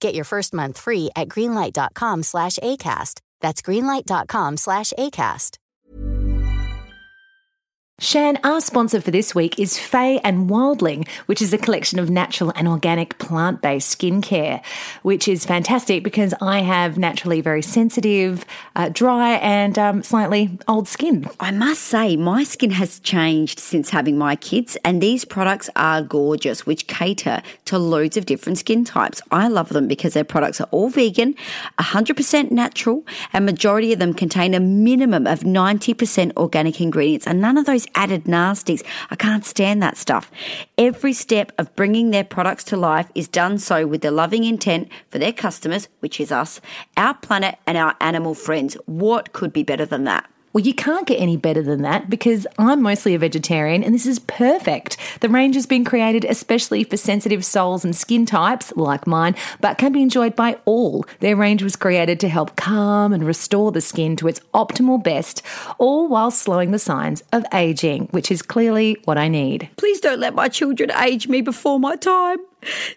Get your first month free at greenlight.com slash ACAST. That's greenlight.com slash ACAST. Shan, our sponsor for this week is Fay and Wildling, which is a collection of natural and organic plant based skincare, which is fantastic because I have naturally very sensitive, uh, dry, and um, slightly old skin. I must say, my skin has changed since having my kids, and these products are gorgeous, which cater to loads of different skin types. I love them because their products are all vegan, 100% natural, and majority of them contain a minimum of 90% organic ingredients, and none of those added nasties. I can't stand that stuff. Every step of bringing their products to life is done so with the loving intent for their customers, which is us, our planet, and our animal friends. What could be better than that? Well, you can't get any better than that because I'm mostly a vegetarian and this is perfect. The range has been created especially for sensitive souls and skin types like mine, but can be enjoyed by all. Their range was created to help calm and restore the skin to its optimal best, all while slowing the signs of aging, which is clearly what I need. Please don't let my children age me before my time.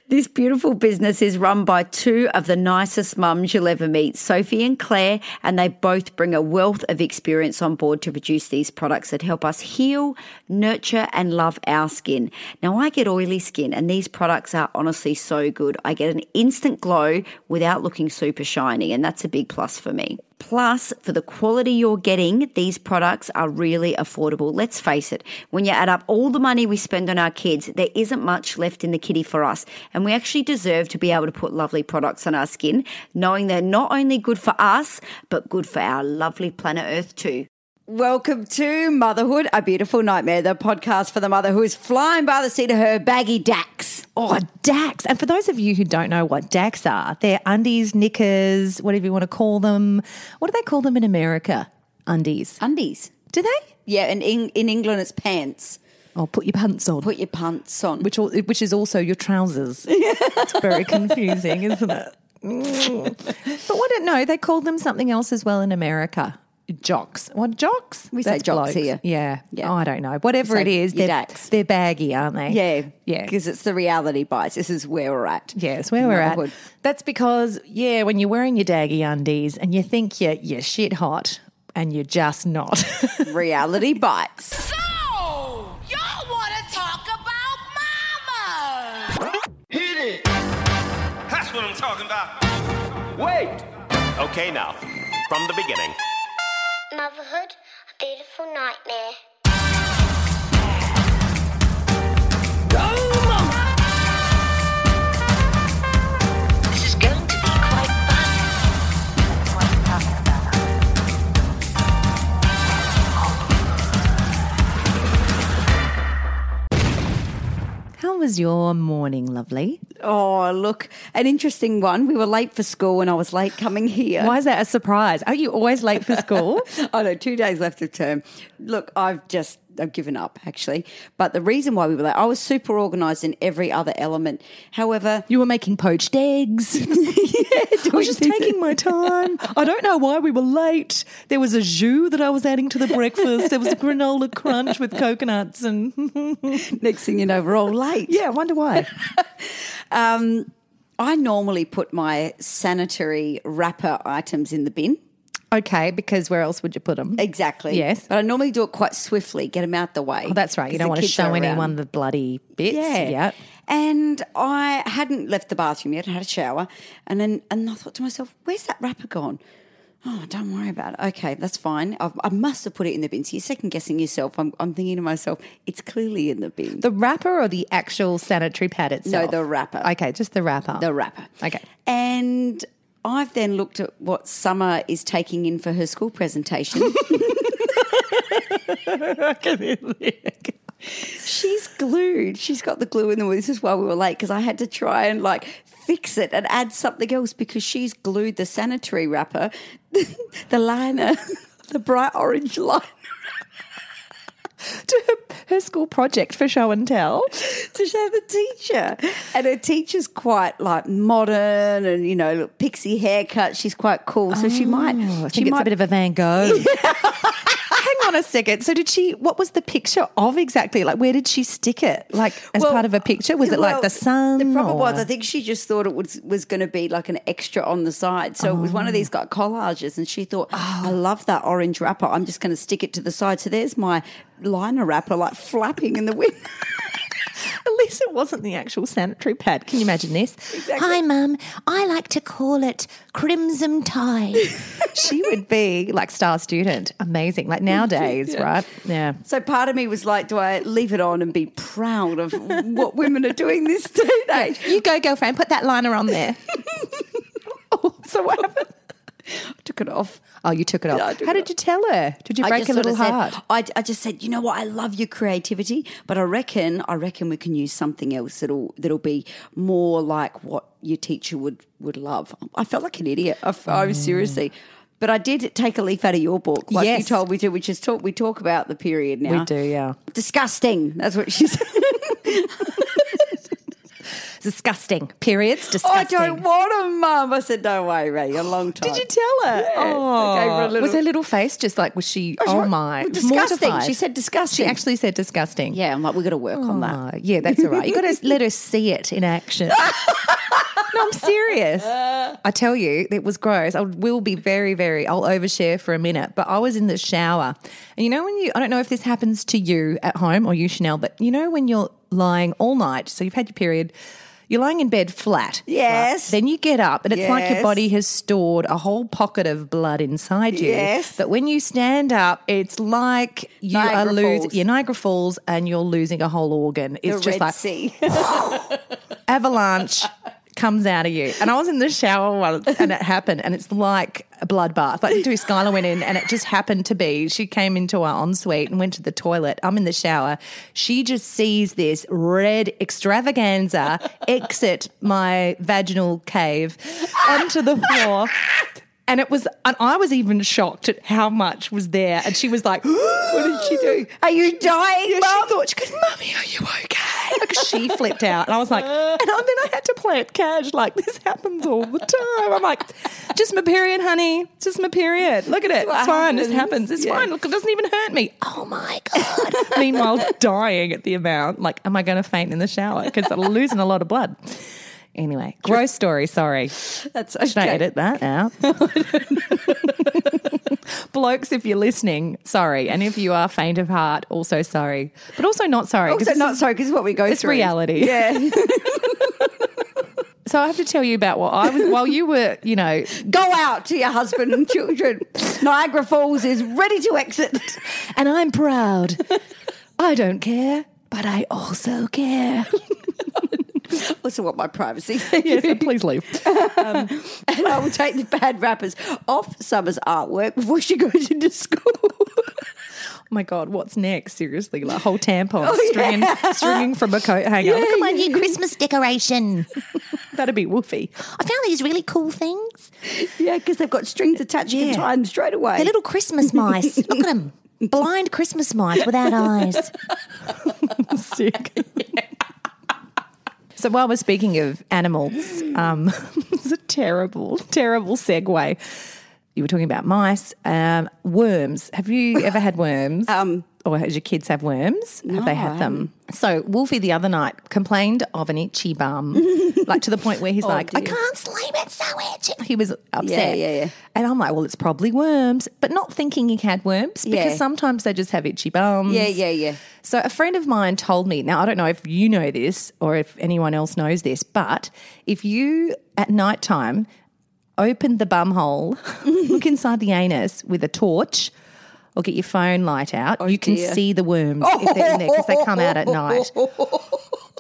This beautiful business is run by two of the nicest mums you'll ever meet, Sophie and Claire, and they both bring a wealth of experience on board to produce these products that help us heal, nurture, and love our skin. Now, I get oily skin, and these products are honestly so good. I get an instant glow without looking super shiny, and that's a big plus for me. Plus, for the quality you're getting, these products are really affordable. Let's face it, when you add up all the money we spend on our kids, there isn't much left in the kitty for us. And we actually deserve to be able to put lovely products on our skin, knowing they're not only good for us, but good for our lovely planet Earth too. Welcome to Motherhood, a Beautiful Nightmare, the podcast for the mother who is flying by the seat of her baggy dacks. Oh, Dax. And for those of you who don't know what Dax are, they're undies, knickers, whatever you want to call them. What do they call them in America? Undies. Undies. Do they? Yeah, and in, in England it's pants. Oh, put your pants on. Put your pants on. which al- which is also your trousers. it's very confusing, isn't it? Mm. but what? No, they called them something else as well in America. Jocks. What jocks? We say jocks here. Yeah. Yeah. I don't know. Whatever We say it is, your they're, dacks. they're baggy, aren't they? yeah, Yeah. because it's the reality bites. This is where we're at. Yeah, it's where we're Motherhood. at. That's because, yeah, when you're wearing your daggy undies and you think you're, you're shit hot and you're just not. Reality bites. So, y'all want to talk about mama? Hit it! That's what I'm talking about. Wait! Okay, now, from the beginning. Motherhood, a beautiful nightmare. This is going to be quite fun. What are you talking about? How was your morning, lovely? Oh, look, an interesting one. We were late for school and I was late coming here. Why is that a surprise? Are you always late for school? I know, two days left of term. Look, I've just I've given up actually. But the reason why we were like, I was super organised in every other element. However, you were making poached eggs. I was just taking my time. I don't know why we were late. There was a jus that I was adding to the breakfast. There was a granola crunch with coconuts, and next thing you know, we're all late. Yeah, I wonder why. um, I normally put my sanitary wrapper items in the bin. Okay, because where else would you put them? Exactly. Yes. But I normally do it quite swiftly, get them out the way. Oh, that's right. You 'cause don't the want to kids show are around. anyone the bloody bits. Yeah. Yep. And I hadn't left the bathroom yet, I had a shower. And then and I thought to myself, where's that wrapper gone? Oh, don't worry about it. Okay, that's fine. i I must have put it in the bin. So you're second guessing yourself. I'm, I'm thinking to myself, it's clearly in the bin. The wrapper or the actual sanitary pad itself? the wrapper. Okay, just the wrapper. the wrapper. Okay. And I've then looked at what Summer is taking in for her school presentation. She's glued. She's got the glue in the way. This is why we were late because I had to try and like fix it and add something else because she's glued the sanitary wrapper, the liner, the bright orange liner. to her, her school project for show and tell. to show the teacher. And her teacher's quite like modern and, you know, look, pixie haircut. She's quite cool. So she might. Oh, I she think it's might a bit of a Van Gogh. Hang on a second. So did she? What was the picture of exactly? Like, where did she stick it? Like, as Well, part of a picture, was it like well, the sun? The problem or- was, I think she just thought it was was going to be like an extra on the side. So it was one of these Oh. like collages, and she thought, "I love that orange wrapper. I'm just going to stick it to the side." So there's my liner wrapper like flapping in the wind. At least it wasn't the actual sanitary pad. Can you imagine this? Hi, Mum. I like to call it Crimson Tide. she would be like star student. Amazing. Like nowadays, right? Yeah. So part of me was like, "Do I leave it on and be proud of what women are doing this day and age?" You go, girlfriend. Put that liner on there. oh, so what happened? Took it off. Oh, you took it off. Yeah, I took How it did off. you tell her? Did you I break just a little sort of heart? Said, I, I just said, you know what? I love your creativity, but I reckon I reckon we can use something else that'll that'll be more like what your teacher would would love. I felt like an idiot. I, f- I was Mm. seriously. But I did take a leaf out of your book, like you Yes. told me to, which is talk. We talk about the period now. We do, yeah. Disgusting. That's what she said. Disgusting. Periods. I Disgusting. don't want a mum. I said, don't worry, Ray. A long time. Did you tell her? Yeah. I gave her a Oh, was little- her little face just like was she? she Oh, was- my, disgusting. mortified. She said disgusting. She actually said disgusting. Yeah, I'm like, we got to work on that. Oh, yeah, that's all right. You got to let her see it in action. no, I'm serious. I tell you, it was gross. I will be very, very. I'll overshare for a minute, but I was in the shower, and you know when you. I don't know if this happens to you at home or you, Chanel, but you know when you're lying all night, so you've had your period. You're lying in bed flat. right? Yes. Then you get up, and it's like Yes. your body has stored a whole pocket of blood inside you. Yes. But when you stand up, it's like you Niagara are losing. Falls. You're Niagara Falls, and you're losing a whole organ. It's the just Red like Sea. avalanche comes out of you. And I was in the shower once and it happened and it's like a bloodbath. Like do Skylar went in and it just happened to be she came into our ensuite and went to the toilet. I'm in the shower. She just sees this red extravaganza exit my vaginal cave onto the floor. And it was, and I was even shocked at how much was there. And she was like, "What did she do? Are you dying, Yeah, mum? she thought, she goes, Mummy, are you okay? Like, she flipped out. And I was like, and I, then I had to play it cash. Like, this happens all the time. I'm like, just my period, honey. Just my period. Look at it. what It's fine. This happens. happens. It's Yeah. fine. Look, it doesn't even hurt me. Oh my God. Meanwhile, dying at the amount. Like, am I going to faint in the shower? Because I'm losing a lot of blood. Anyway, gross story. Sorry. That's Should I okay. edit that out? Blokes, if you're listening, sorry. And if you are faint of heart, also sorry. But also not sorry. 'cause Also, this Oh, not is- sorry, because what we go it's through. reality. Yeah. So I have to tell you about what I was, while you were, you know, go out to your husband and children. Niagara Falls is ready to exit. and I'm proud. I don't care, but I also care. Also, want my privacy. yes, so please leave. Oh and I will take the bad wrappers off Summer's artwork before she goes into school. Oh my God, what's next? Seriously, like whole tampon Oh, stringing, stringing from a coat hanger. Look at my new Christmas decoration. That'd be woofy. I found these really cool things. yeah, because they've got strings attached. You Yeah. can tie them straight away. They're little Christmas mice. Look at them. Blind Christmas mice without eyes. Sick. So while we're speaking of animals, um, it's a terrible, terrible segue. You were talking about mice, um, worms. Have you ever had worms? um, or has your kids have worms? have they had them? So Wolfie the other night complained of an itchy bum, like to the point where he's Oh, like, I dear. can't sleep. It's so itchy. He was upset. yeah, yeah. And I'm like, well, it's probably worms, but not thinking he had worms because Yeah. sometimes they just have itchy bums. Yeah, yeah, yeah. So a friend of mine told me, now I don't know if you know this or if anyone else knows this, but if you at night time open the bum hole, look inside the anus with a torch or get your phone light out, you can Oh, dear. see the worms if they're in there because they come out at night.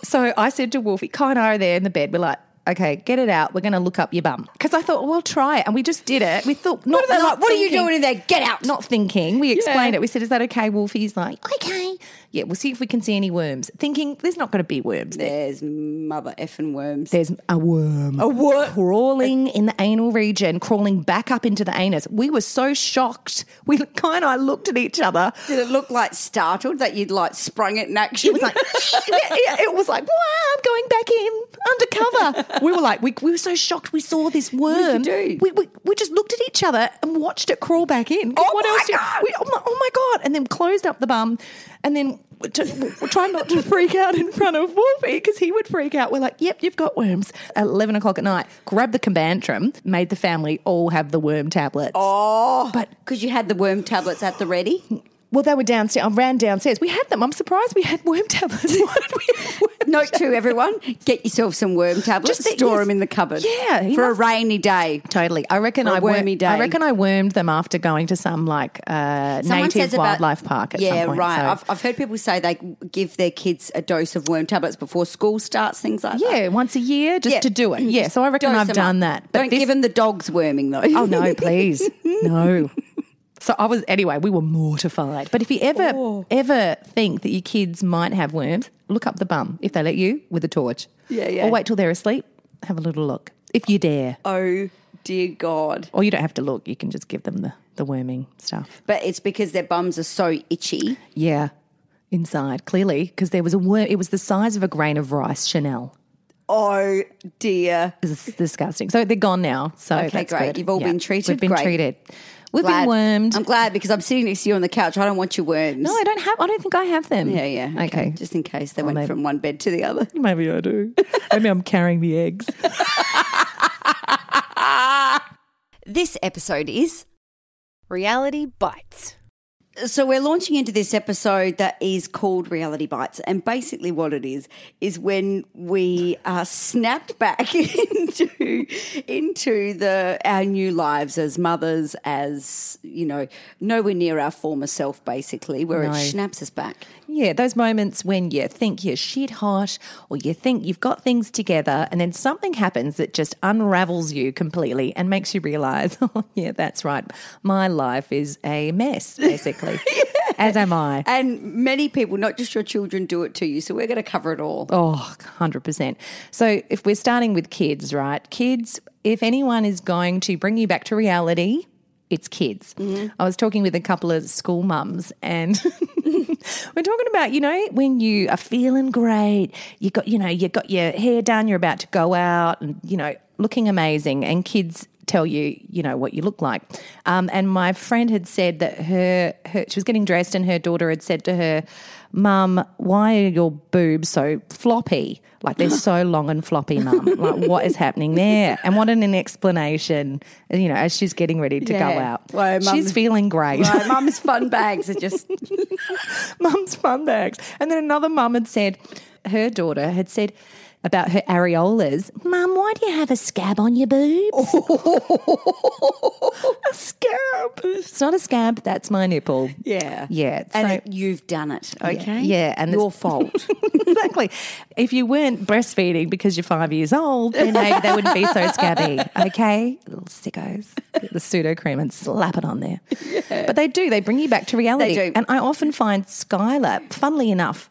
So I said to Wolfie, Kai and I are there in the bed. We're like, okay, get it out. We're going to look up your bum. Because I thought, well, we'll try it. And we just did it. We thought, not, are they not like? What are you thinking- doing in there? Get out. Not thinking. We explained Yeah. it. We said, is that okay, Wolfie? He's like, okay. Yeah, we'll see if we can see any worms. Thinking there's not going to be worms there. There's mother effing worms. There's a worm. A worm. Crawling in the anal region, crawling back up into the anus. We were so shocked. We, Kai and I looked at each other. Did it look like startled that you'd like sprung it in action? It was like, yeah, it was like, wow, I'm going back in undercover. we were like, we, we were so shocked we saw this worm. We, we, we just looked at each other and watched it crawl back in. Oh what else? do you- we- oh, my, oh my God. And then closed up the bum and then we t- we try not to freak out in front of Wolfie because he would freak out. We're like, yep, you've got worms. At 11 o'clock at night, grabbed the combantrum, made the family all have the worm tablets. oh, but because you had the worm tablets at the ready. Well, they were downstairs. I ran downstairs. We had them. I'm surprised we had worm tablets. Why did we have worm Note to everyone: get yourself some worm tablets. Just that- store yes. them in the cupboard. Yeah, he for must- a rainy day. Totally. I reckon For a I wor- wormy day. I reckon I wormed them after going to some like uh, Someone native says about- wildlife park at yeah, some point. right. so- I've, I've heard people say they give their kids a dose of worm tablets before school starts, things like that. yeah, once a year just uh, Yeah. Mm-hmm. to do it. Yeah, so I reckon Dose I've them done up. that. But Don't this- give them the dogs worming though. Oh no, please. no. So I was anyway, we were mortified. But if you ever Oh. ever think that your kids might have worms, look up the bum if they let you with a torch. Yeah, yeah. Or wait till they're asleep, have a little look. If you dare. oh dear God! Or you don't have to look, you can just give them the, the worming stuff. But it's because their bums are so itchy. Yeah, inside clearly because there was a worm. It was the size of a grain of rice. Chanel. Oh dear. It's disgusting. So they're gone now. So Okay, that's great. good. You've all Yeah. been treated. We've been Great. treated. We've Glad. Um, been wormed. I'm glad because I'm sitting next to you on the couch. I don't want your worms. no, I don't have. I don't think I have them. Yeah, yeah. Okay. Just in case they Well, went maybe- from one bed to the other. Maybe I do. Maybe I'm carrying the eggs. This episode is Reality bites. So we're launching into this episode that is called Reality Bites, and basically what it is is when we are snapped back into into the our new lives as mothers, as you know, nowhere near our former self. Basically, where No. it snaps us back. Yeah, those moments when you think you're shit hot or you think you've got things together, and then something happens that just unravels you completely and makes you realize, oh, yeah, that's right. My life is a mess, basically. As am I. And many people, not just your children, do it to you. So we're going to cover it all. Oh, 100%. So if we're starting with kids, right? Kids, if anyone is going to bring you back to reality, it's kids. I was talking with a couple of school mums and we're talking about, you know, when you are feeling great, you got, you know, you got your hair done, you're about to go out and, you know, looking amazing and kids tell you, you know, what you look like. Um, and my friend had said that her, her, she was getting dressed and her daughter had said to her, Mum, why are your boobs so floppy? Like they're so long and floppy, Mum. Like what is happening there? And what an explanation, you know, as she's getting ready to go Yeah. out. Well, she's Mum's- feeling great. Right, mum's fun bags are just mum's fun bags. And then another mum had said, her daughter had said about her areolas, Mum, why do you have a scab on your boobs? a scab. It's not a scab, that's my nipple. yeah Yeah. And so- it- you've done it, okay? yeah, and your it's- fault. exactly. If you weren't breastfeeding because you're five years old, then maybe they wouldn't be so scabby. Okay, little sickos, get the pseudo cream and slap it on there. But they do. They bring you back to reality. They do. And I often find Skylar, funnily enough.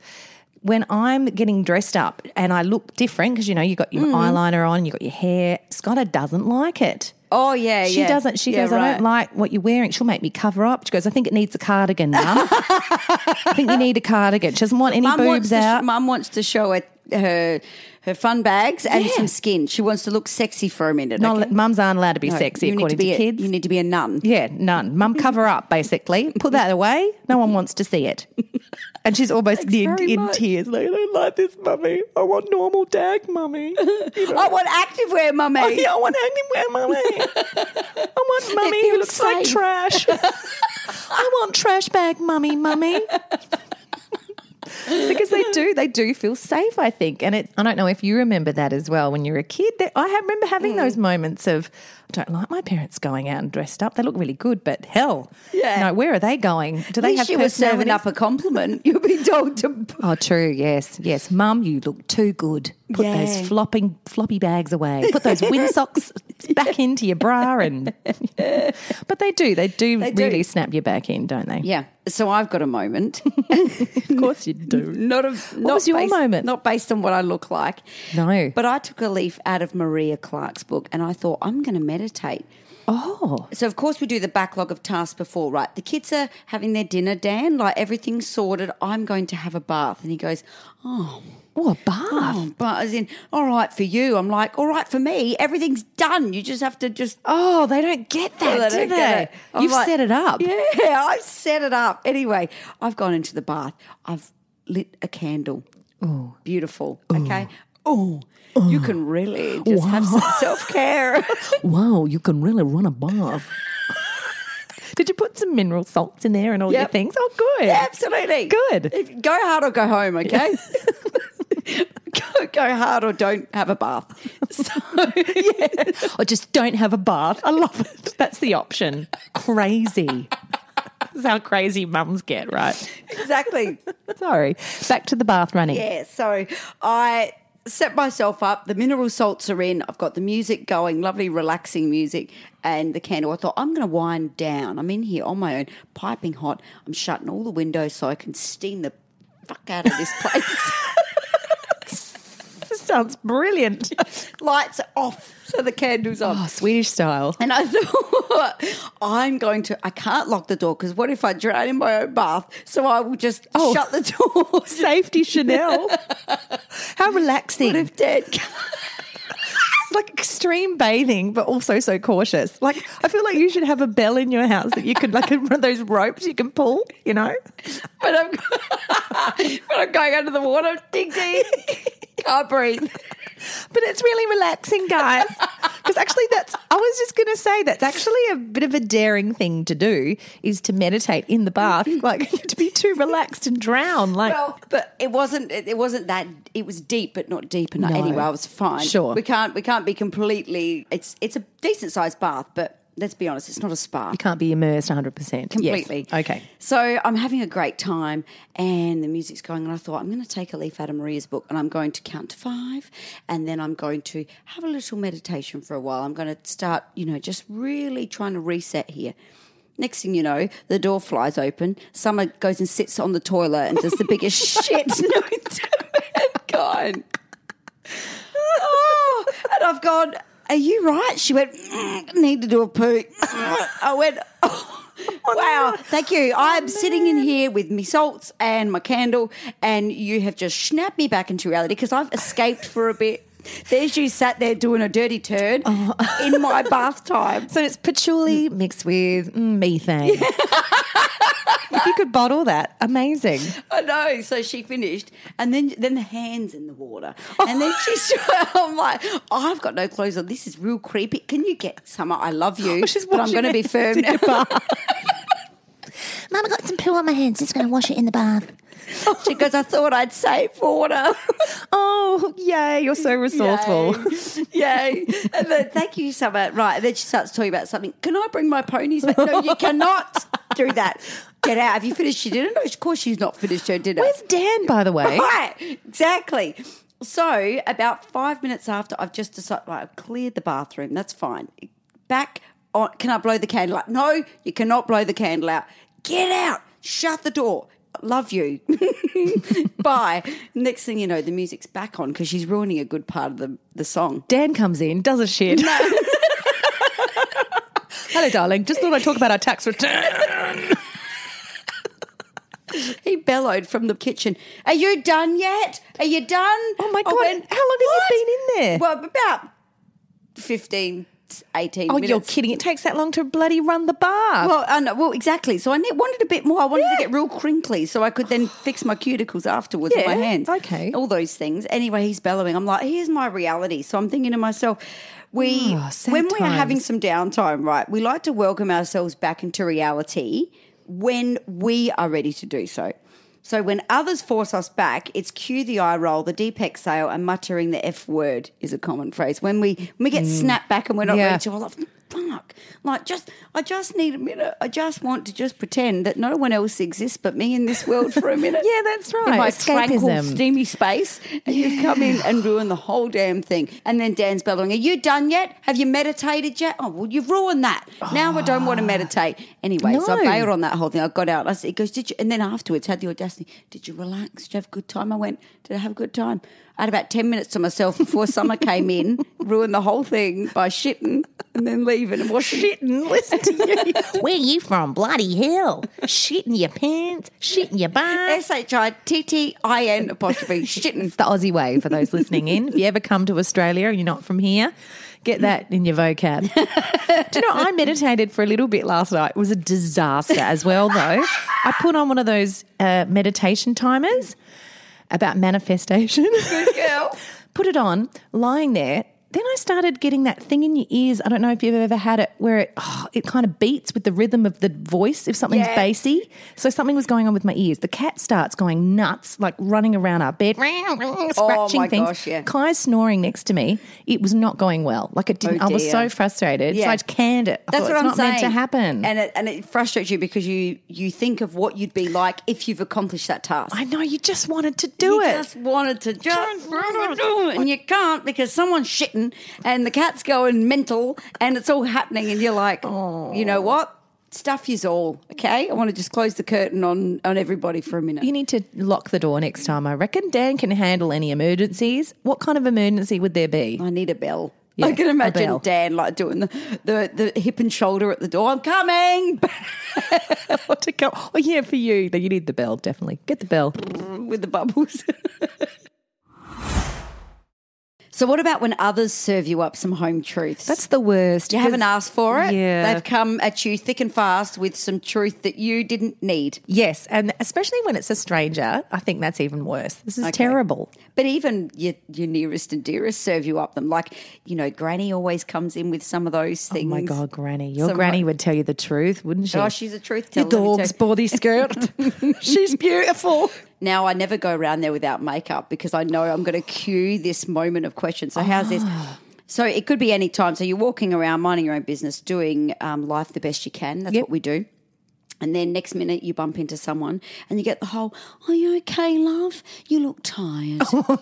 When I'm getting dressed up Mm. and I look different, because you know, you got your eyeliner on, you got your hair, Skylar doesn't like it. Oh yeah, She yeah. doesn't. She Yeah, goes, I right. don't like what you're wearing. She'll make me cover up. She goes, I think it needs a cardigan, mum. I think you need a cardigan. She doesn't want any Mum boobs wants to sh- out. Mum wants to show her her, her fun bags and some skin. She wants to look sexy for a minute. Not- okay? Mums aren't allowed to be No, sexy you need to according be to a- kids. You need to be a nun. Yeah, none. Mum, cover up, basically. Put that away. No one wants to see it. And she's almost in, very in much. tears. Like, I don't like this, mummy. I want normal dag, mummy. You know? I want Oh, activewear, mummy. Oh, yeah, I want activewear, mummy. I want mummy who feels looks like safe. trash. I want trash bag, mummy, mummy. because they do, they do feel safe, I think. And it, I don't know if you remember that as well when you were a kid. That I ha- remember having Mm. those moments of, I don't like my parents going out and dressed up. They look really good, but hell, Yeah. no, where are they going? Do At they least have she was serving personalities? up a compliment. You'll be told to. Oh, true. Yes, yes. Mum, you look too good. Put those Yeah. flopping floppy bags away. Put those wind socks back into your bra, and but they do. They do do. really snap you back in, don't they? Yeah. So I've got a moment. of course you do. not a not was your based, moment? Not based on what I look like. No. But I took a leaf out of Maria Clark's book, and I thought I'm going to meditate. Oh, So of course we do the backlog of tasks before, right? The kids are having their dinner, Dan. Like everything's sorted. I'm going to have a bath, and he goes, "Oh, oh, a bath. oh but as in, all right for you." I'm like, "All right for me. Everything's done. You just have to just Oh, they don't get that, Well, do I they? don't get it. I'm You've like, set it up. Yeah, I've set it up. Anyway, I've gone into the bath. I've lit a candle. Oh, beautiful. Okay. Oh, you can really just have some self care. Wow, you can really run a bath. Did you put some mineral salts in there and all your Yep. things? Oh, good. Absolutely. Good. If- go hard or go home, okay? go, go hard or don't have a bath. So, yeah. or just don't have a bath. I love it. That's the option. Crazy. That's how crazy mums get, right? Exactly. Sorry. Back to the bath running. Yeah, so I set myself up. The mineral salts are in. I've got the music going, lovely, relaxing music, and the candle. I thought I'm going to wind down. I'm in here on my own, piping hot. I'm shutting all the windows so I can steam the fuck out of this place. This sounds brilliant. Lights are off, so the candle's on. Oh, Swedish style. And I thought, I'm going to, I can't lock the door because what if I drown in my own bath? So I will just Oh. shut the door. Safety Chanel. How relaxing. What if Dad It's like extreme bathing, but also so cautious. Like, I feel like you should have a bell in your house that you could, like, one of those ropes you can pull, you know? but I'm, but I'm going under the water. Ding ding. Can't breathe. But it's really relaxing, guys. Because actually, that's, I was just going to say, that's actually a bit of a daring thing to do is to meditate in the bath, like to be too relaxed and drown. Like, Well, but it wasn't. It it wasn't that. It was deep, but not deep enough. No. Anyway, I was fine. Sure. we can't. We can't be completely. It's it's a decent sized bath, but let's be honest, it's not a spa. you can't be immersed 100%. completely. Yes. Okay. So I'm having a great time and the music's going and I thought I'm going to take a leaf out of Maria's book and I'm going to count to 5 and then I'm going to have a little meditation for a while. I'm going to start, you know, just really trying to reset here. Next thing you know, the door flies open. Summer goes and sits on the toilet and does the biggest shit known to mankind. Oh, and I've gone, Are you right? She went, "Mm, Need to do a poo. I went, oh, Wow, thank you. I'm sitting in here with me salts and my candle, and you have just snapped me back into reality because I've escaped for a bit. There's you sat there doing a dirty turn in my bath time. So it's patchouli mixed with mm, methane. if you could bottle that, amazing. I know. So she finished, and then then the hands in the water, and then she's. I'm like, I've got no clothes on. This is real creepy. Can you get summer? I love you, Oh, she's but I'm washing going to be her firm hands in the now. Mum, I got some poo on my hands. Just going to wash it in the bath. she goes, I thought I'd save water. Oh, yay, you're so resourceful. Yay. Yay. And then, thank you, Summer. Right. And then she starts talking about something. Can I bring my ponies back? No, you cannot do that. Get out. Have you finished your dinner? No, of course she's not finished her dinner. Where's Dan, by the way? Right, exactly. So about five minutes after, I've just decided. Right, I've cleared the bathroom. That's fine. Back on. Can I blow the candle out? No, you cannot blow the candle out. Get out. Shut the door. Love you. Bye. Next thing you know, the music's back on because she's ruining a good part of the, the song. Dan comes in, does a shit. Hello, darling. Just thought I'd talk about our tax return. He bellowed from the kitchen. Are you done yet? Are you done? Oh my God. How long have you been in there? Well, about 15, 18 Oh, minutes. you're kidding. It takes that long to bloody run the bath. Well, I know, well, exactly. So I ne- wanted a bit more. I wanted to get real crinkly so I could then fix my cuticles afterwards with my Yeah, hands. okay. All those things. Anyway, he's bellowing. I'm like, here's my reality. So I'm thinking to myself, we Oh, sad when we are having times. some downtime, right? We like to welcome ourselves back into reality when we are ready to do so. So when others force us back, it's cue the eye roll, the Deepak sale, and muttering the F word is a common phrase. When we when we get snapped back and we're not Mm. Yeah. ready to, we're like, fuck. Like just I just need a minute. I just want to just pretend that no one else exists but me in this world for a minute. Yeah, that's right. In my tranquil, Escapism. steamy space. And you come in and ruin the whole damn thing. And then Dan's bellowing, Are you done yet? Have you meditated yet? Oh, well, you've ruined that. Now I don't want to meditate. Anyway, so I No. bailed on that whole thing. I got out. I said, he goes, Did you? And then afterwards, had the audacity, Did you relax? Did you have a good time? I went, Did I have a good time? I had about 10 minutes to myself before summer came in, ruined the whole thing by shitting and then leaving and washing. Shitting. Listen to you. Where you from? Bloody hell. Shit in your pants, shit in your bum. S H I T T I N apostrophe shitting. It's the Aussie way for those listening in. If you ever come to Australia and you're not from here, get that in your vocab. Do you know, I meditated for a little bit last night. It was a disaster as well, though. I put on one of those uh, meditation timers about manifestation. Good girl. put it on, lying there. Then I started getting that thing in your ears. I don't know if you've ever had it where it oh, it kind of beats with the rhythm of the voice if something's Yeah. bassy. So something was going on with my ears. The cat starts going nuts, like running around our bed, scratching Oh my things. gosh, yeah. Kai's snoring next to me. It was not going well. Like it didn't. Oh, I was dear. so frustrated. So Yeah. I canned it. I thought, That's what it's I'm not saying. meant to happen. and it, and it frustrates you because you you think of what you'd be like if you've accomplished that task. I know you just wanted to do you it. just wanted to just and you can't because someone's shitting and the cat's going mental and it's all happening and you're like, you know what? Stuff is all okay. I want to just close the curtain on on everybody for a minute. You need to lock the door next time, I reckon. Dan can handle any emergencies. What kind of emergency would there be? I need a bell. Yeah, I can a imagine bell. Dan like doing the, the the hip and shoulder at the door. I'm coming to go? Oh, yeah, for you. You need the bell, definitely. Get the bell. with the bubbles. so, what about when others serve you up some home truths? That's the worst. you haven't 'cause- asked for it. Yeah. They've come at you thick and fast with some truth that you didn't need. Yes, and especially when it's a stranger, I think that's even worse. This is terrible. Oh But even your, your nearest and dearest serve you up them. Like, you know, Granny always comes in with some of those Oh things. my God, Granny. Your Some- granny would tell you the truth, wouldn't she? Oh, she's a truth Your teller, let me tell dog's you. body skirt. she's beautiful. Now I never go around there without makeup because I know I'm going to cue this moment of question. So how's this? So it could be any time. So you're walking around, minding your own business, doing um, life the best you can. That's what we do. And then next minute you bump into someone and you get the whole, "Are you okay, love? You look tired." Gra-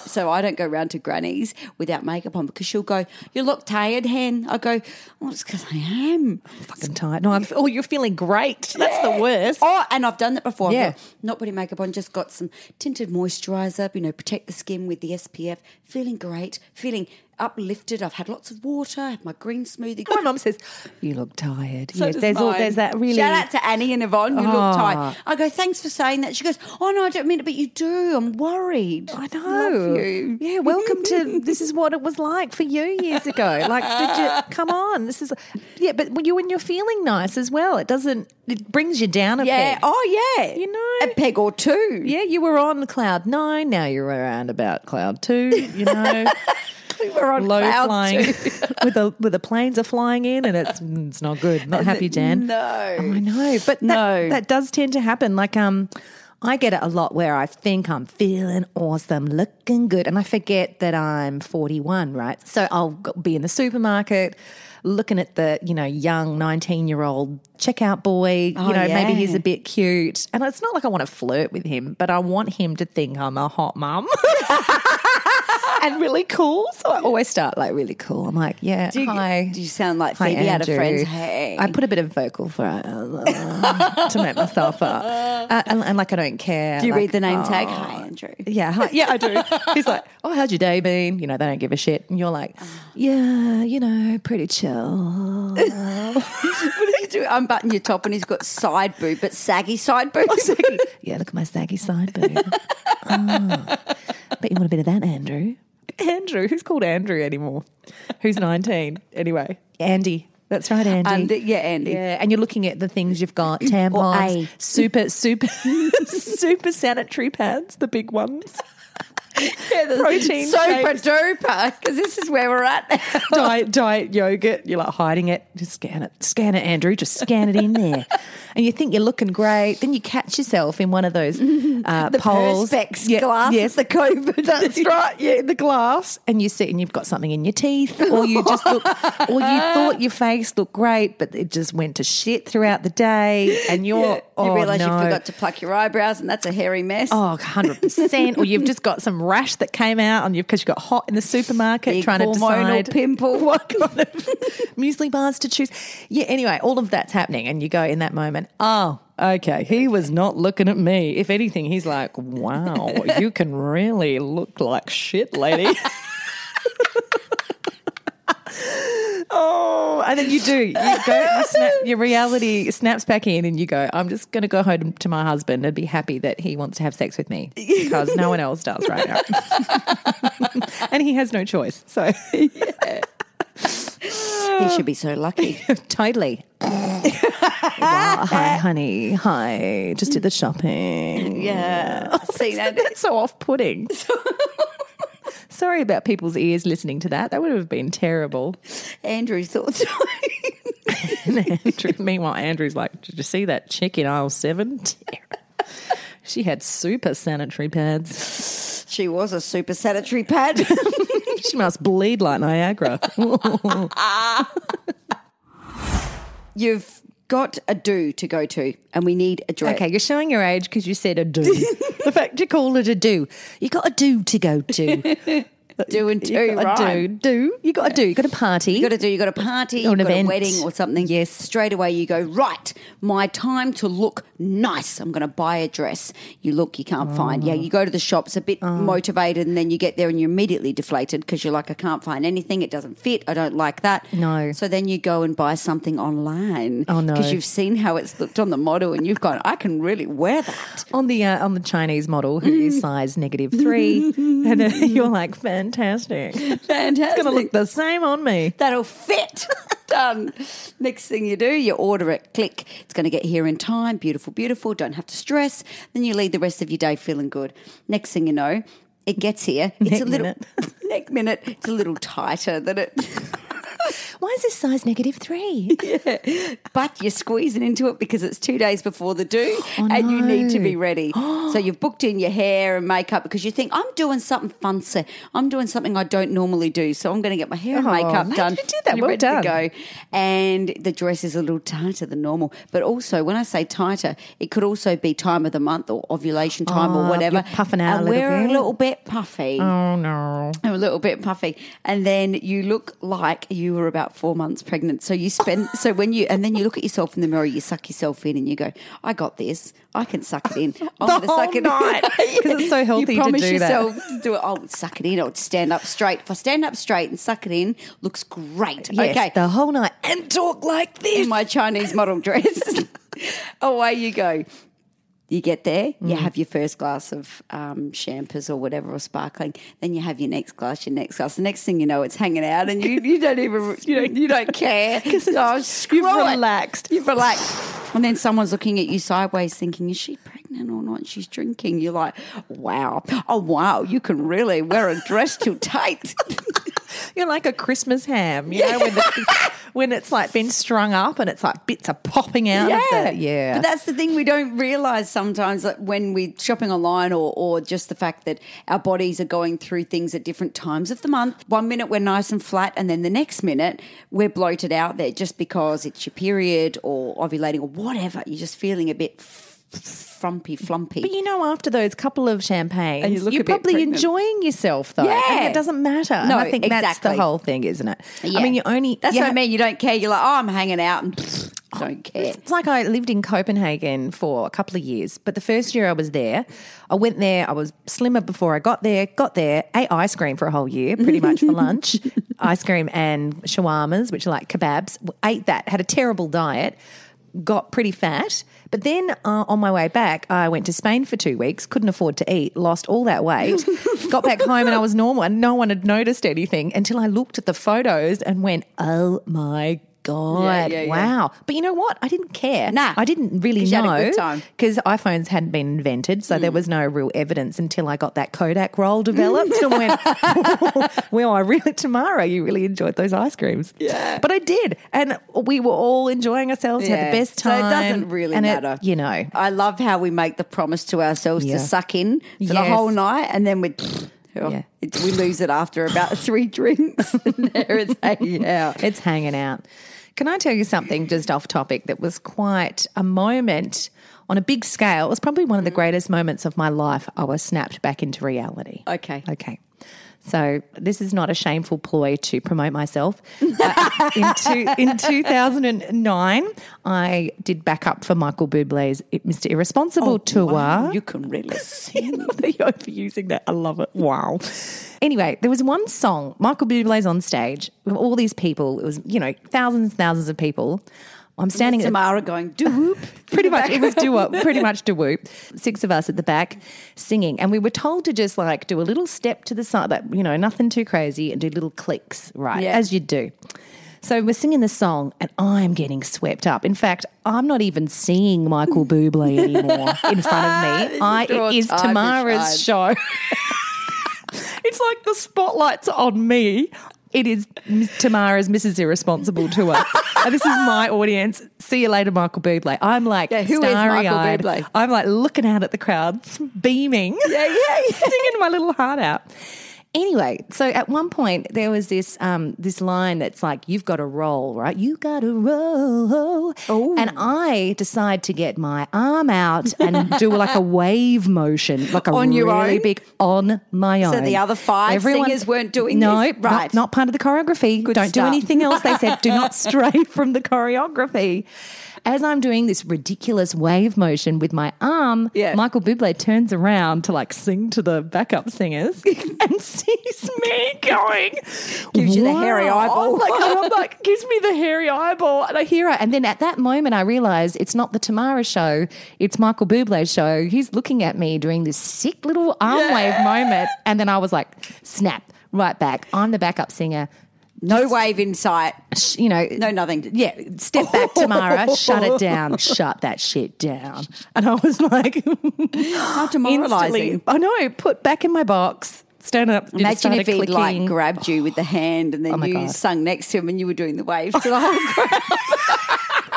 so I don't go round to grannies without makeup on because she'll go, "You look tired, hen." I go, "Well, it's because I am." Fucking tired. No, I'm, oh, you're feeling great. That's the worst. Oh, and I've done that before. I've Yeah. got- Not putting makeup on, just got some tinted moisturizer, you know, protect the skin with the SPF. Feeling great, feeling uplifted. I've had lots of water, I have my green smoothie. My mum says, You look tired. So yes, does there's, all, mine. there's that really. Shout out to Annie and Yvonne. You Oh. look tired. I go, thanks for saying that. She goes, oh no, I don't mean it, but you do. I'm worried. I know. Love you. Yeah, welcome to this is what it was like for you years ago. Like, did you come on? This is yeah, but when you when you're feeling nice as well, it doesn't it brings you down a Yeah. peg. Oh yeah. You know. a peg or two. Yeah, you were on cloud nine. Now you're around about cloud two. You know, we were on low cloud flying two. with the with the planes are flying in, and it's mm, it's not good. Not happy, Jan. No. I know, but No. that, that does tend to happen. Like, um, I get it a lot where I think I'm feeling awesome, looking good, and I forget that I'm 41, right? So I'll go- be in the supermarket looking at the, you know, young 19 year old checkout boy. Oh, you know, maybe he's yeah. a bit cute. And it's not like I want to flirt with him, but I want him to think I'm a hot mum. and really cool. So I always start like really cool. I'm like, yeah, Do you- hi. do you sound like Hi, Phoebe out of Andrew. Friends? Hey. I put a bit of vocal for it uh, to make myself up. Uh, and, and like, I don't care. Do you Like, read the name tag? oh, Hi, Andrew. yeah, hi, yeah, I do. He's like, oh, how'd your day been? You know, they don't give a shit. And you're like, yeah, you know, pretty chill. what did you do? Unbutton your top, and he's got side boob, but saggy side boob. yeah, look at my Oh, saggy side boob. oh, bet you want a bit of that, Andrew. Andrew, who's called Andrew anymore? Who's 19? Anyway, Andy. That's right, Andy. And yeah, Andy. Yeah, and you're looking at the things you've got: tampons, A. super, super, super sanitary pads, the big ones, Yeah, the Protein super shakes. duper. Because this is where we're at. now. diet, diet yogurt. You're like hiding it. Just scan it, scan it, Andrew. Just scan it in there, and you think you're looking great. Then you catch yourself in one of those uh, the poles, perspex Yeah, glasses, yes. the COVID. That's right. Yeah, the glass, and you see, and you've got something in your teeth, or you just look, or you thought your face looked great, but it just went to shit throughout the day, and you're you oh, realise no. you forgot to pluck your eyebrows, and that's a hairy mess. Oh, 100%. or you've just got some rash that came out on you because you got hot in the supermarket Big trying to hormonal decide pimple. what kind of muesli bars to choose. Yeah, anyway, all of that's happening. And you go in that moment, oh, okay, he was not looking at me. If anything, he's like, wow, you can really look like shit, lady. Oh, and then you do. You go. You snap, your reality snaps back in, and you go. I'm just going to go home to my husband and be happy that he wants to have sex with me because no one else does right now, and he has no choice. So he should be so lucky. totally. wow, hi, honey. Hi, just did the shopping. yeah, see that. That's so off-putting. Sorry about people's ears listening to that. That would have been terrible. Andrew thought. And Andrew, meanwhile, Andrew's like, Did you see that chick in aisle seven? she had super sanitary pads. She was a super sanitary pad. She must bleed like Niagara. You've got a do to go to, and we need a dress. okay, you're showing your age because you said a do. the fact you called it a do. You got a do to go to. do and do, You got right? a do. Do. You got a do. You got a party. You got to do. You got a party, Or you've an got event. a wedding, or something. Yes. Straight away, you go right. My time to look nice. I'm going to buy a dress. You look, you can't find. Yeah, you go to the shops a Oh. bit motivated, and then you get there and you're immediately deflated because you're like, I can't find anything. It doesn't fit. I don't like that. No. So then you go and buy something online. Oh, no. Because you've seen how it's looked on the model, and you've gone, I can really wear that. on the uh, on the Chinese model who is size negative three, and uh, you're like, fantastic. It's Fantastic. gonna look the same on me. That'll fit. Done. Next thing you do, you order it, click. It's going to get here in time. Beautiful, beautiful. Don't have to stress. Then you lead the rest of your day feeling good. Next thing you know, it gets here. It's Neck a little minute. neck minute. It's a little tighter than it, Why is this size negative three? but you're squeezing into it because it's two days before the due, Oh, and you need to be ready. so you've booked in your hair and makeup because you think I'm doing something fancy. I'm doing something I don't normally do, so I'm going to get my hair and Oh, makeup lady, done. you did that. You're Well ready done. to go. and the dress is a little tighter than normal. But also, when I say tighter, it could also be time of the month or ovulation time Oh, or whatever. you're puffing out and a little we're bit. a little bit puffy. Oh no. A little bit puffy, and then you look like you were about four months pregnant. So you spend so when you and then you look at yourself in the mirror, you suck yourself in, and you go, "I got this. I can suck it in. I'm The gonna suck whole it night. in 'Cause it's so healthy to You promise do that. yourself to do it. Oh, suck it in. I'll stand up straight. If I stand up straight and suck it in, looks great. Yes, okay, the whole night and talk like this. in my Chinese model dress. Away you go. You get there, you Mm. have your first glass of um, champers or whatever or sparkling. Then you have your next glass, your next glass. The next thing you know, it's hanging out, and you, you don't even you don't you don't care. Oh, screw you've it. relaxed. You've relaxed. And then someone's looking at you sideways, thinking, "Is she pregnant or not? She's drinking." You're like, "Wow, oh wow, you can really wear a dress too tight." You're like a Christmas ham, you know, when, the, when it's like been strung up and it's like bits are popping out of the yeah. But that's the thing we don't realize sometimes that when we're shopping online or, or just the fact that our bodies are going through things at different times of the month. One minute we're nice and flat, and then the next minute we're bloated out there just because it's your period or ovulating or whatever. You're just feeling a bit f- frumpy, flumpy. But you know, after those couple of champagnes, And you look are a bit probably pregnant. enjoying yourself, though. Yeah. and it doesn't matter. and No, I think that's the exactly. whole thing, isn't it? Yeah. I mean, you only That's you what ha- Oh, I mean. You don't care. You're like, oh, I'm hanging out and don't care. It's like I lived in Copenhagen for a couple of years, but the first year I was there, I went there. I was slimmer before I got there. Got there, ate ice cream for a whole year, pretty much for lunch, ice cream and shawarmas, which are like kebabs. Ate that, had a terrible diet, got pretty fat. But then uh, on my way back, I went to Spain for two weeks. Couldn't afford to eat, lost all that weight. got back home and I was normal, and no one had noticed anything until I looked at the photos and went, "Oh my." God, yeah, yeah. wow. Wow. But you know what? I didn't care. Nah. I didn't really 'Cause you had a good know time. Mm. because iPhones hadn't been invented, so there was no real evidence until I got that Kodak roll developed and went, "Well, I really, Tamara, you really enjoyed those ice creams." Yeah, but I did, and we were all enjoying ourselves, had the Yeah. best time. So it doesn't really and it- matter. you know. I love how we make the promise to ourselves Yeah. to suck in for the Yes. whole night and then we it, we lose it after about three drinks. and there it's hanging out. It's hanging out. Can I tell you something just off topic that was quite a moment on a big scale? It was probably one of the greatest moments of my life. I was snapped back into reality. Okay. Okay. So this is not a shameful ploy to promote myself. Uh, in, two, in 2009, I did backup for Michael Bublé's Mr. Irresponsible tour. Oh, wow, you can really see They overusing that. I love it. Wow. Anyway, there was one song. Michael Bublé's on stage with all these people. It was you know thousands and thousands of people. I'm standing at the- Tamara going doop. pretty much it was do up pretty much do whoop six of us at the back singing and we were told to just like do a little step to the side like you know nothing too crazy and do little clicks right Yeah. as you do so we're singing the song and I'm getting swept up. In fact, I'm not even seeing Michael Bublé anymore in front of me. I, your it is time, Tamara's show. it's like the spotlight's on me. It is Ms. Tamara's Mrs. Irresponsible tour. and this is my audience. See you later, Michael Bublé. I'm like Yeah, who is Michael starry-eyed. Bublé? I'm like looking out at the crowd, beaming. Yeah, yeah, singing my little heart out. Anyway, so at one point there was this um, this line that's like, "You've got to roll, right? You got to roll." And I decide to get my arm out and do like a wave motion, like a On your really own? big on my own. So the other five singers weren't doing no, this? not- Right. not part of the choreography. Don't start. do anything else. They said, do not stray from the choreography. As I'm doing this ridiculous wave motion with my arm, Yeah. Michael Bublé turns around to like sing to the backup singers and sees me going. Gives you the hairy eyeball. Like, and I'm like, gives me the hairy eyeball. And I hear it. And then at that moment, I realize it's not the Tamara show, it's Michael Bublé's show. He's looking at me doing this sick little arm wave moment. And then I was like, snap, right back. I'm the backup singer No wave in sight. sh- you know, No nothing. Yeah, step back, Tamara. shut it down. Shut that shit down. And I was like, How demoralising. instantly, I know. Put back in my box. Stand up. you know, Imagine started if he'd like clicking. Oh grabbed you with the hand and then my you God. sung next to him and you were doing the wave to the whole crowd.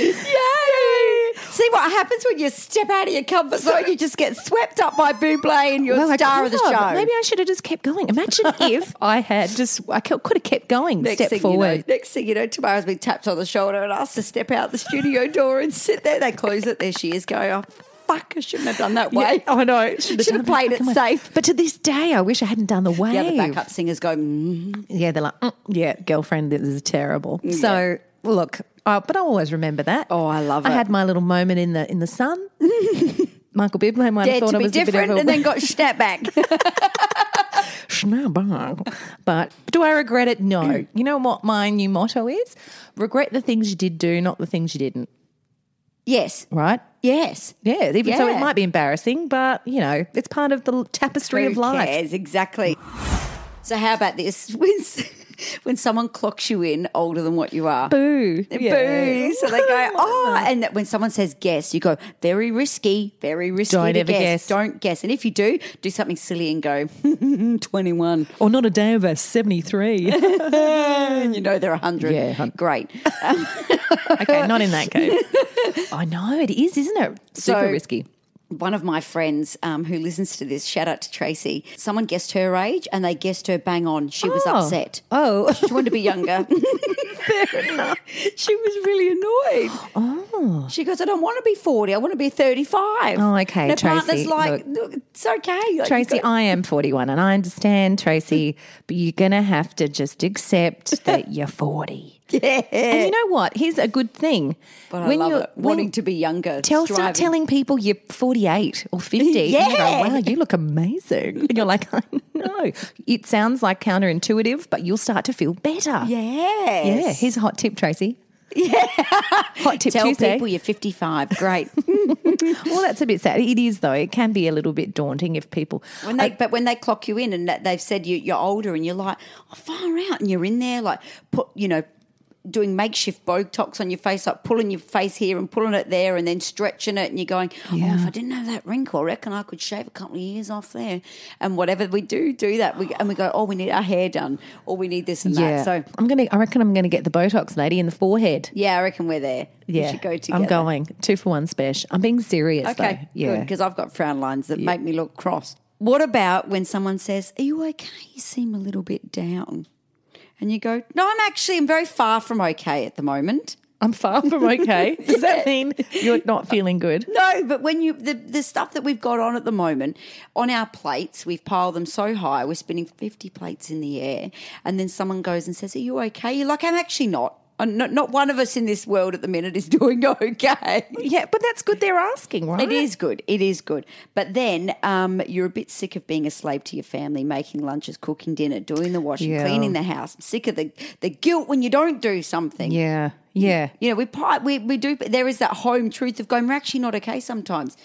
Yay! See what happens when you step out of your comfort zone? You just get swept up by Buble and you're Well, I star of the could have. show. "Oh, Maybe I should have just kept going. Imagine if I had just, I could have kept going. next step thing forward. You know, next thing you know, Tamara's been tapped on the shoulder and asked to step out the studio door and sit there. They close it. There she is going, oh, fuck, I shouldn't have done that way. Yeah, oh, I know. Should have played it safe. But to this day, I wish I hadn't done the wave. The other backup singers go, mm. Yeah, they're like, "Mm, yeah, girlfriend, this is terrible. So look, uh, but I always remember that. Oh, I love I it. had my little moment in the in the sun. Michael Bublé might have dared thought to I be was a bit different of a and then got snapped back. Schnabang. But do I regret it? Mm. No. you know what my new motto is? Regret the things you did do, not the things you didn't. yes. Right? Yes. Yeah. Even so, it Yeah. might be embarrassing, but you know, it's part of the l- tapestry of Who life. cares? Exactly. So how about this? When s- when someone clocks you in older than what you are, Boo. Yeah. boo. So they go, oh, and that when someone says guess, you go very risky, very risky. Don't to ever guess. Don't guess. And if you do, do something silly and go twenty one. Or not a day over seventy three. And you know they're hundred. Yeah, hun- great. okay, not in that case. I know it is, isn't it? Super risky. one of my friends um, who listens to this, shout out to Tracy, someone guessed her age and they guessed her bang on. She was Oh. upset. Oh. She wanted to be younger. Fair enough. She was really annoyed. Oh. She goes, I don't want to be 40. I want to be 35. Oh, okay, And her Tracy, partner's like, "Look, it's okay. Like, Tracy, you've got- I am 41 and I understand, Tracy, but you're going to have to just accept that you're 40. Yeah. And you know what? Here's a good thing. But I love it. Wanting to be younger. Tell, striving. start telling people you're 48 or 50. And they go, Yeah. wow, you look amazing. And you're like, I know. It sounds like counterintuitive, but you'll start to feel better. Yes. Yeah. Here's a hot tip, Tracy. Yeah. Hot tip Tell Tuesday. people you're 55. Great. well, that's a bit sad. It is, though. It can be a little bit daunting if people. When they, but when they clock you in and that they've said you, you're older and you're like, oh, far out, and you're in there like, put, you know, doing makeshift Botox on your face, like pulling your face here and pulling it there, and then stretching it, and you're going, oh, if I didn't have that wrinkle, I reckon I could shave a couple of years off there, and whatever we do, do that, we, and we go, oh, we need our hair done, or we need this and Yeah. that. So I'm gonna. I reckon I'm gonna get the Botox lady in the forehead. yeah, I reckon we're there. We Yeah, should go together. I'm going two for one special. I'm being serious. Okay, though. yeah. because I've got frown lines that make me look cross. What about when someone says, "Are you okay? You seem a little bit down," and you go, "No, I'm actually I'm very far from okay at the moment." I'm far from okay. Does that mean you're not feeling good? No, but when you the, the stuff that we've got on at the moment on our plates, we've piled them so high, we're spinning fifty plates in the air, and then someone goes and says, "Are you okay?" You're like, "I'm actually not." And not, not one of us in this world at the minute is doing okay. Yeah, but that's good. They're asking, right? It is good. It is good. But then um, you're a bit sick of being a slave to your family, making lunches, cooking dinner, doing the washing, Yeah. cleaning the house. I'm sick of the, the guilt when you don't do something. Yeah, yeah. You know, we, pi- we, we do, but there is that home truth of going, we're actually not okay sometimes.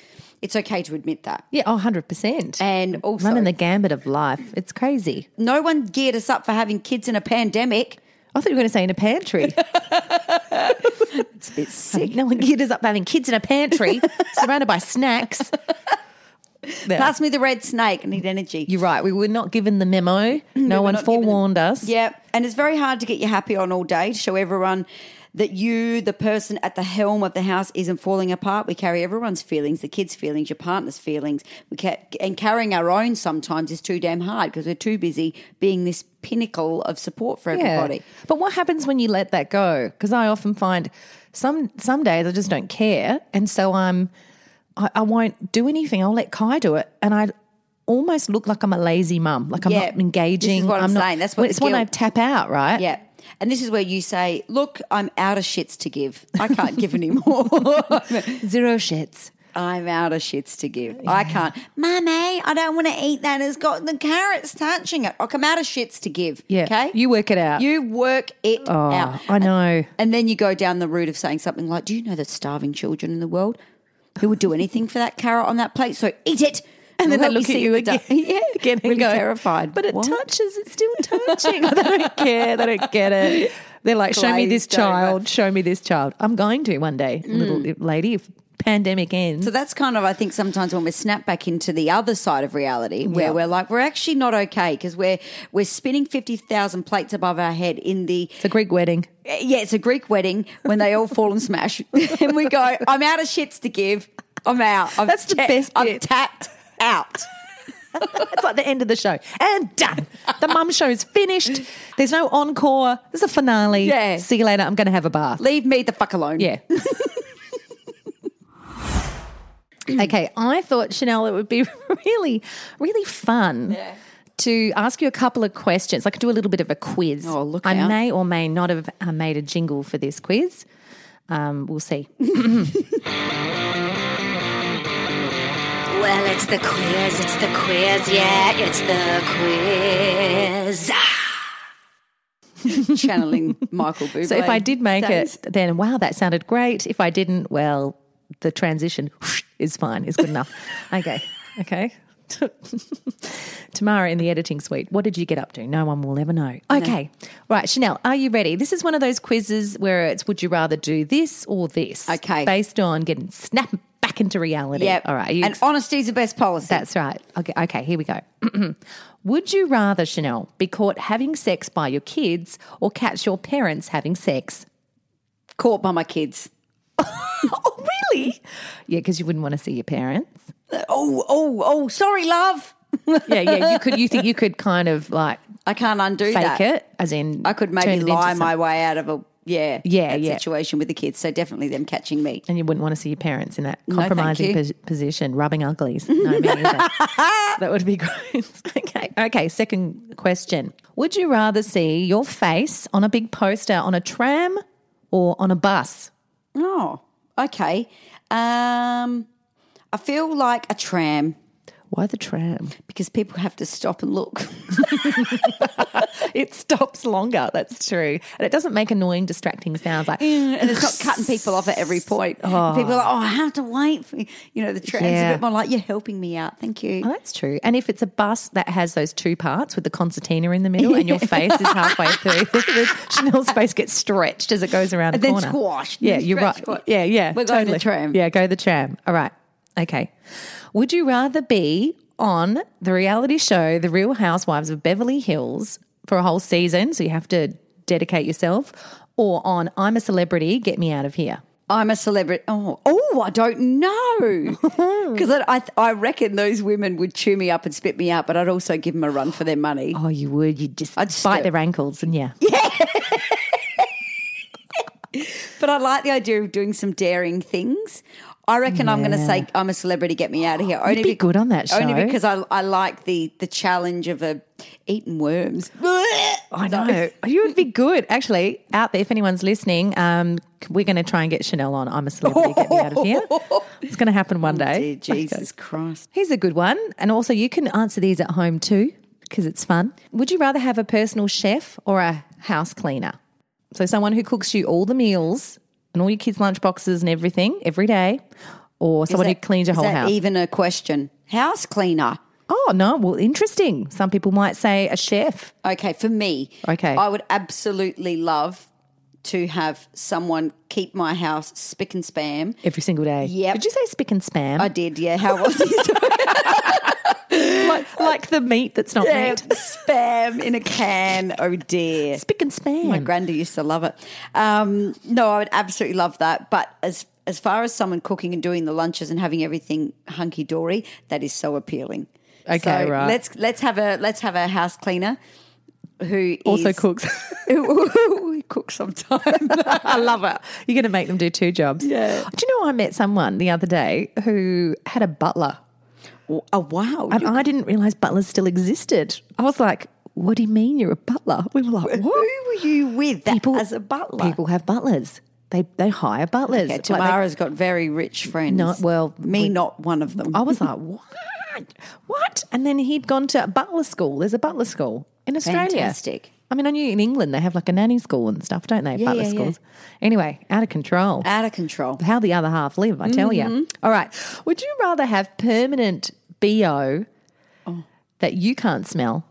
It's okay to admit that. Yeah, oh, 100%. And also, Running the gambit of life. It's crazy. no one geared us up for having kids in a pandemic. I thought you were going to say in a pantry. It's a bit sick. no one geared us up having kids in a pantry surrounded by snacks. Yeah. Pass me the red snake. I need energy. You're right. We were not given the memo. No one not given the- forewarned us. Yeah, and it's very hard to get you happy on all day to show everyone that you, the person at the helm of the house, isn't falling apart. We carry everyone's feelings, the kids' feelings, your partner's feelings, we ca- and carrying our own sometimes is too damn hard because we're too busy being this pinnacle of support for everybody. But what happens when you let that go? Because I often find some some days I just don't care, and so I'm I, I won't do anything. I'll let Kai do it, and I almost look like I'm a lazy mum, like I'm Yeah. not engaging. This is what I'm not- saying. That's what it's the when I guilt- tap out, right? Yeah. And this is where you say, Look, I'm out of shits to give. I can't give anymore. zero shits. I'm out of shits to give. I can't. Mummy, I don't want to eat that. It's got the carrots touching it. Like, I'm out of shits to give. Yeah, Okay. you work it out. You work it Oh, out. I know. And then you go down the route of saying something like, Do you know there's starving children in the world who would do anything for that carrot on that plate? So eat it. And then We'll they help look at see you if it again, does." yeah, again and really go, terrified. But it What? touches, it's still touching. they don't care. They don't get it. They're like, show me this Glazed over. child, show me this child. I'm going to one day, Mm. little lady, if pandemic ends. So that's kind of, I think, sometimes when we're snapped back into the other side of reality, where we're like, we're actually not okay because we're we're spinning fifty thousand plates above our head in the it's a Greek wedding. yeah, it's a Greek wedding when they all fall and smash, and we go, I'm out of shits to give. I'm out. I've That's the ta- best I've bit. tapped out. It's like the end of the show. And done. The mum show is finished. There's no encore. There's a finale. Yeah. See you later. I'm going to have a bath. Leave me the fuck alone. Yeah. okay. I thought, Chanel, it would be really, really fun. To ask you a couple of questions, I could do a little bit of a quiz. Oh, look I out. may or may not have uh, made a jingle for this quiz. Um, we'll see. Well, it's the quiz, it's the quiz, yeah, it's the quiz. channeling Michael Bublé. So if I did make days. it, then wow, that sounded great. If I didn't, well, the transition is fine, is good enough. okay, okay. Tamara in the editing suite, what did you get up to? No one will ever know. Okay, right, Chanel, are you ready? This is one of those quizzes where it's would you rather do this or this? Okay. Based on getting snapped back into reality. Yep. All right. are you and honesty's the best policy. that's right. Okay, okay, here we go. Would you rather, Chanel, be caught having sex by your kids or catch your parents having sex? caught by my kids. oh, really? Yeah, because you wouldn't want to see your parents. oh, oh, oh, sorry, love. yeah, yeah. You could. You think you could kind of like I can't undo fake that. it, as in I could turn maybe it into lie some- my way out of a yeah Yeah, that yeah. situation with the kids. So definitely them catching me. and you wouldn't want to see your parents in that No, thank compromising you. pos- position, rubbing uglies. No, me either. that would be great. okay, okay. Second question: Would you rather see your face on a big poster on a tram or on a bus? Oh, okay. Um, I feel like a tram Why the tram? because people have to stop and look. It stops longer. That's true, and it doesn't make annoying, distracting sounds like. and it's not cutting people off at every point. People are like, oh, I have to wait for, you know, the tram's Yeah. a bit more like, you're helping me out. Thank you. Oh, that's true. And if it's a bus that has those two parts with the concertina in the middle and your face is halfway through, the Chanel's face gets stretched as it goes around And the then corner. squashed. Yeah, Then you're stretch, right. squash. Yeah, yeah. We're going to the tram. Yeah, go the tram. All right. Okay. Would you rather be on the reality show The Real Housewives of Beverly Hills for a whole season, so you have to dedicate yourself, or on I'm a Celebrity, Get Me Out of Here? I'm a celebrity. Oh, oh, I don't know because I, I, I reckon those women would chew me up and spit me out, but I'd also give them a run for their money. Oh, you would. You'd just I'd still- bite their ankles and yeah. But I like the idea of doing some daring things. I reckon I'm going to say I'm a celebrity. Get me out of here. Only be good on that Only show. because I, I like the the challenge of a eating worms. I know. You would be good. Actually, out there, if anyone's listening, um, we're going to try and get Chanel on. I'm a celebrity. Get me out of here. It's going to happen one Dear day. Jesus Christ. Here's a good one. And also, you can answer these at home too, because it's fun. Would you rather have a personal chef or a house cleaner? So, someone who cooks you all the meals and all your kids' lunchboxes and everything every day, or someone who cleans your is whole that house? Even a question. House cleaner. oh, no. Well, interesting. Some people might say a chef. Okay, for me, Okay. I would absolutely love to have someone keep my house spick and spam. Every single day. Yep. Did you say spick and spam? I did, yeah. How was it? like, like the meat that's not Yeah, meat. spam in a can. Oh dear. Spick and span. My granda used to love it. Um, no, I would absolutely love that. But as as far as someone cooking and doing the lunches and having everything hunky dory, that is so appealing. Okay, So right. Let's let's have a let's have a house cleaner who also is- Oh, cooks. who cooks sometimes. I love it. You're going to make them do two jobs. Yeah. Do you know I met someone the other day who had a butler, Oh wow! and I didn't realize butlers still existed. I was like, "What do you mean you're a butler?" We were like, Who "What?" were you with that as a butler? People have butlers. They they hire butlers. okay, Like, they- Tamara's got very rich friends. No, well, me we- not one of them. I was like, "What? What?" And then he'd gone to butler school. There's a butler school in Australia. Fantastic. I mean, I knew in England they have like a nanny school and stuff, don't they? butler yeah, Uh, yeah. schools. Anyway, out of control. out of control. how the other half live, I tell you. All right. Would you rather have permanent BO that you can't smell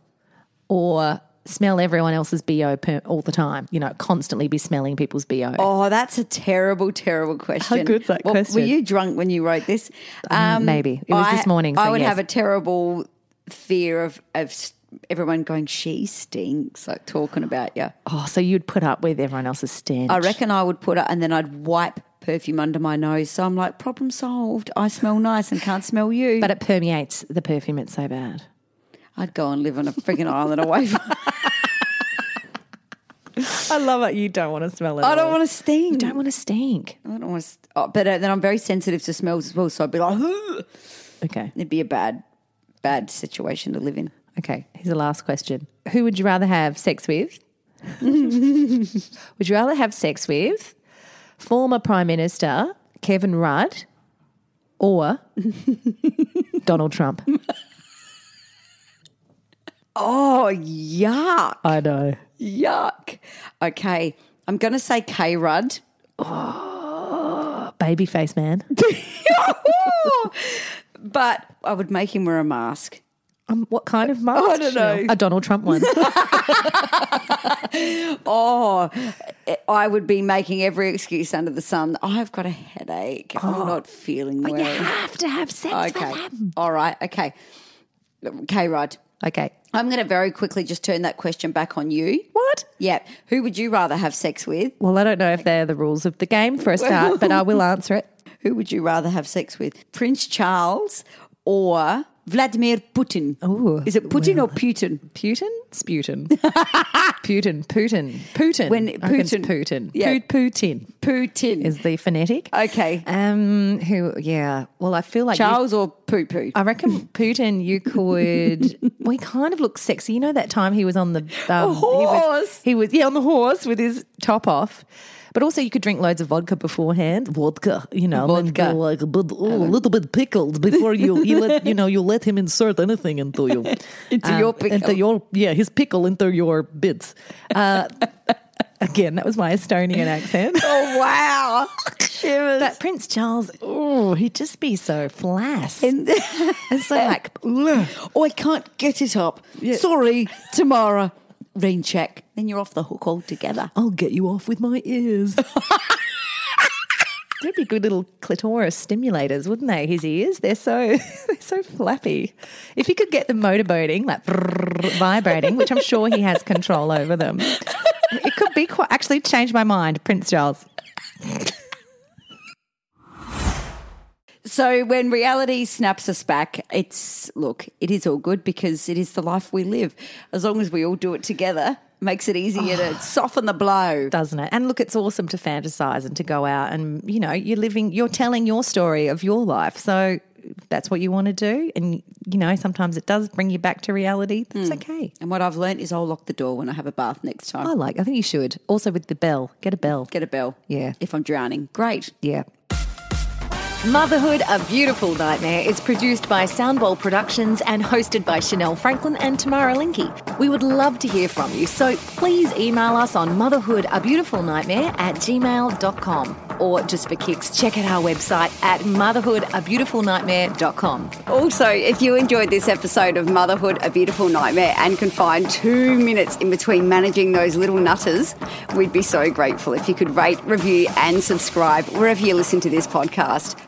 or smell everyone else's BO per- all the time? You know, constantly be smelling people's BO. Oh, that's a terrible, terrible question. good's that Well, question? Um, Were you drunk when you wrote this? Um, maybe. It was I- this morning, I so would yes. have a terrible fear of of s- everyone going, "She stinks," like talking about you. Oh, so you'd put up with everyone else's stench. I reckon I would put it, and then I'd wipe perfume under my nose. So I'm like, problem solved. I smell nice and can't smell you. But it permeates the perfume. It's so bad. I'd go and live on a friggin' island away from. I love it. You don't want to smell it. I don't want to stink. You don't want to stink. I don't want to. St- oh, but uh, then I'm very sensitive to smells as well. So I'd be like, "Ugh." Okay. it'd be a bad, bad situation to live in. Okay, here's the last question. Who would you rather have sex with? would you rather have sex with former Prime Minister Kevin Rudd or Donald Trump? Oh, yuck. I know. Yuck. Okay. I'm going to say K Rudd. Oh, Babyface man. but I would make him wear a mask. Um, what kind of mask? I don't know. A Donald Trump one. Oh, I would be making every excuse under the sun. I've got a headache. I'm not feeling well. Oh. you have to have sex okay. with him. All right. Okay. K Rudd. Okay. I'm going to very quickly just turn that question back on you. What? Yeah. Who would you rather have sex with? Well, I don't know if they're the rules of the game for a start, but I will answer it. Who would you rather have sex with? Prince Charles or Vladimir Putin. Ooh, is it Putin or Putin? Putin? Sputin. Putin. Putin. Putin. When- I reckon it's Putin. Putin. Yeah. Put- Putin. Putin. Is the phonetic. Okay. Um, who, yeah. Well, I feel like. you- Charles or Poo Poo? I reckon Putin, you could. well, he kind of looks sexy. You know that time he was on the um, he was- horse. He was, yeah on the horse with his top off. But also, you could drink loads of vodka beforehand. Vodka, you know, and then Vodka. go like a, bit, oh, a little bit pickled before you you let you know you let him insert anything into you, Uh, Into your pickle. into your yeah, his pickle into your bits. Uh, again, that was my Estonian accent. Oh, wow. Shivers. But Prince Charles, oh, he'd just be so flash. And- It's so like, ugh. oh, I can't get it up. Sorry, Tamara. Rain check. Then you're off the hook altogether. I'll get you off with my ears. They'd be good little clitoris stimulators, wouldn't they? His ears, they're so they're so flappy. If he could get them motorboating, like brrrr, vibrating, which I'm sure he has control over them, it could be quite. Actually, change my mind, Prince Charles. So when reality snaps us back, it's look, it is all good because it is the life we live. As long as we all do it together, makes it easier to soften the blow. doesn't it? And look, it's awesome to fantasize and to go out and, you know, you're living, you're telling your story of your life. So that's what you want to do. And, you know, sometimes it does bring you back to reality. That's okay. And what I've learnt is I'll lock the door when I have a bath next time. I like, I think you should. Also with the bell, get a bell. Get a bell. Yeah. If I'm drowning. Great. Yeah. Motherhood, a Beautiful Nightmare is produced by Soundbowl Productions and hosted by Chanel Franklin and Tamara Linky. We would love to hear from you, so please email us on motherhoodabeautifulnightmare at gmail.com. Or just for kicks, check out our website at motherhoodabeautifulnightmare.com. Also, if you enjoyed this episode of Motherhood a Beautiful Nightmare and can find two minutes in between managing those little nutters, we'd be so grateful if you could rate, review, and subscribe wherever you listen to this podcast.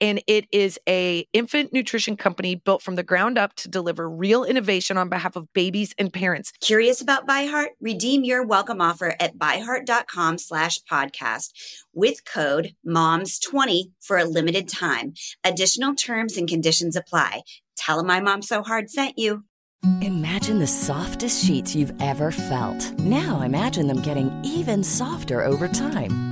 and it is a infant nutrition company built from the ground up to deliver real innovation on behalf of babies and parents. Curious about By Heart? Redeem your welcome offer at byheart.com slash podcast with code MOMS20 for a limited time. Additional terms and conditions apply. Tell 'em My Mom So Hard sent you. Imagine the softest sheets you've ever felt. Now imagine them getting even softer over time.